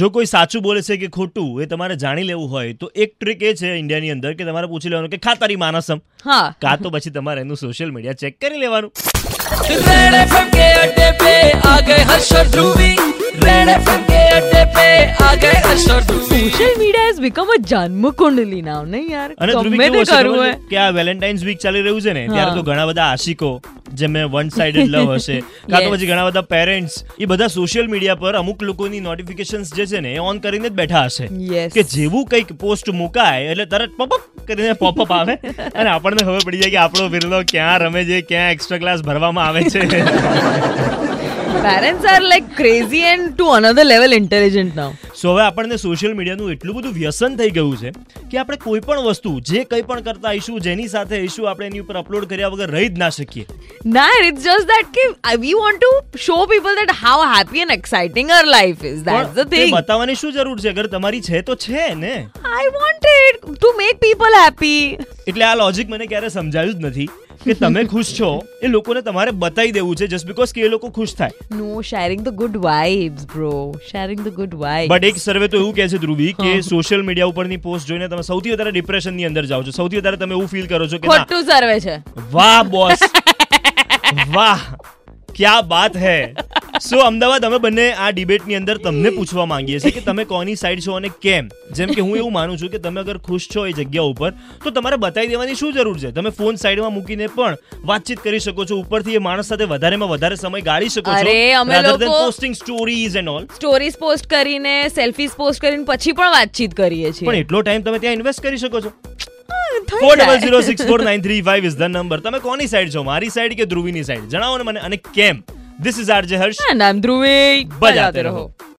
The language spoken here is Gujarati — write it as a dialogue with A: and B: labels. A: જો કોઈ સાચું બોલે છે કે ખોટું એ તમારે જાણી લેવું હોય તો એક ટ્રીક એ છે ઇન્ડિયાની અંદર કે તમારે પૂછી લેવાનું કે ખાતારી માનસમ
B: હા
A: કાં તો પછી તમારે એનું સોશિયલ મીડિયા ચેક કરી લેવાનું
C: रेड एफएम के अड्डे पे आ गए हर्ष और ध्रुवी रेड एफएम के अड्डे पे आ गए हर्ष और Dhruvi
B: social media has become a જન્મકુંડલી નાવ નહીં યાર
A: અને ધ્રુવી
B: ગમે
A: કેવું હશે
B: તે
A: ખબર
B: કરવું હોય
A: છે? કે આ વેલેન્ટાઇન્સ વીક ચાલી રહ્યું છે ને ત્યારે
B: હા.
A: તો ઘણા બધા આશિકો જેમને વન સાઇડેડ લવ હશે કાં તો
B: Yes.
A: પછી ઘણા બધા પેરેન્ટ્સ એ બધા સોશિયલ મીડિયા પર અમુક લોકોની નોટિફિકેશન્સ જે છે ને એ ઓન કરીને જ બેઠા હશે
B: Yes.
A: કે જેવું કંઈક પોસ્ટ મુકાય એટલે તરત પોપઅપ કરીને પોપઅપ આવે અને આપણને ખબર પડી જાય કે આપણો વિરલો ક્યાં રમે છે ક્યાં એક્સ્ટ્રા ક્લાસ ભરવામાં આવે છે
B: parents are like crazy and to another level intelligent now
A: so હવે આપણને સોશિયલ મીડિયાનું એટલું બધું વ્યસન થઈ ગયું છે કે આપણે કોઈ પણ વસ્તુ જે કંઈ પણ કરતા આવીશું જેની સાથે આવીશું આપણે એની ઉપર અપલોડ કર્યા વગર રહી જ ના શકીએ
B: ના ઇટ્સ જસ્ટ ધેટ કે we want to show people that how happy and exciting our life is
A: પણ
B: ધેટ્સ ધ
A: તે
B: થિંગ
A: બતાવવાની શું જરૂર છે અગર તમારી છે તો છે ને
B: I want it to make people happy
A: એટલે આ લોજિક મને ક્યારે સમજાયું જ નથી કે તમે ખુશ છો એ લોકોને તમારે બતાવી દેવું છે જસ્ટ બીકોઝ કે એ લોકો ખુશ થાય
B: no sharing the good vibes bro sharing the good vibes
A: but એક સર્વે તો એવું કહે છે ધ્રુવી કે સોશિયલ મીડિયા ઉપરની પોસ્ટ જોઈને તમે સૌથી વધારે ડિપ્રેશનની અંદર જાઓ છો સૌથી વધારે તમે એવું ફીલ કરો છો કે ના
B: ખોટું સર્વે છે
A: વાહ બોસ વાહ ક્યા બાત હે સો અમદાવાદ અમે બંને આ ડિબેટની અંદર તમને પૂછવા માંગીએ છીએ કે તમે કોની સાઈડ છો અને કેમ જેમ કે હું એવું માનું છું કે તમે અગર ખુશ છો એ જગ્યા ઉપર તો તમારે બતાવી દેવાની શું જરૂર છે તમે ફોન સાઈડમાં મૂકીને પણ વાતચીત કરી શકો છો ઉપરથી એ માણસ સાથે વધારેમાં વધારે સમય ગાળી શકો છો
B: અરે, અમે લોકો-
A: posting stories and all
B: stories post કરીને સેલ્ફીઝ પોસ્ટ કરીને પછી પણ વાતચીત કરીએ છીએ
A: પણ એટલો ટાઈમ તમે ત્યાં ઇન્વેસ્ટ કરી શકો છો
B: હા, થઈ
A: ફોર
B: જાય.
A: Double zero six four nine three five is the number તમે કોની સાઈડ છો મારી સાઈડ કે ધ્રુવીની સાઈડ જણાવો ને મને અને કેમ ધીસ ઇઝ આરજે હર્ષ
B: હા, નામ ધ્રુવે
A: બજાતે રહો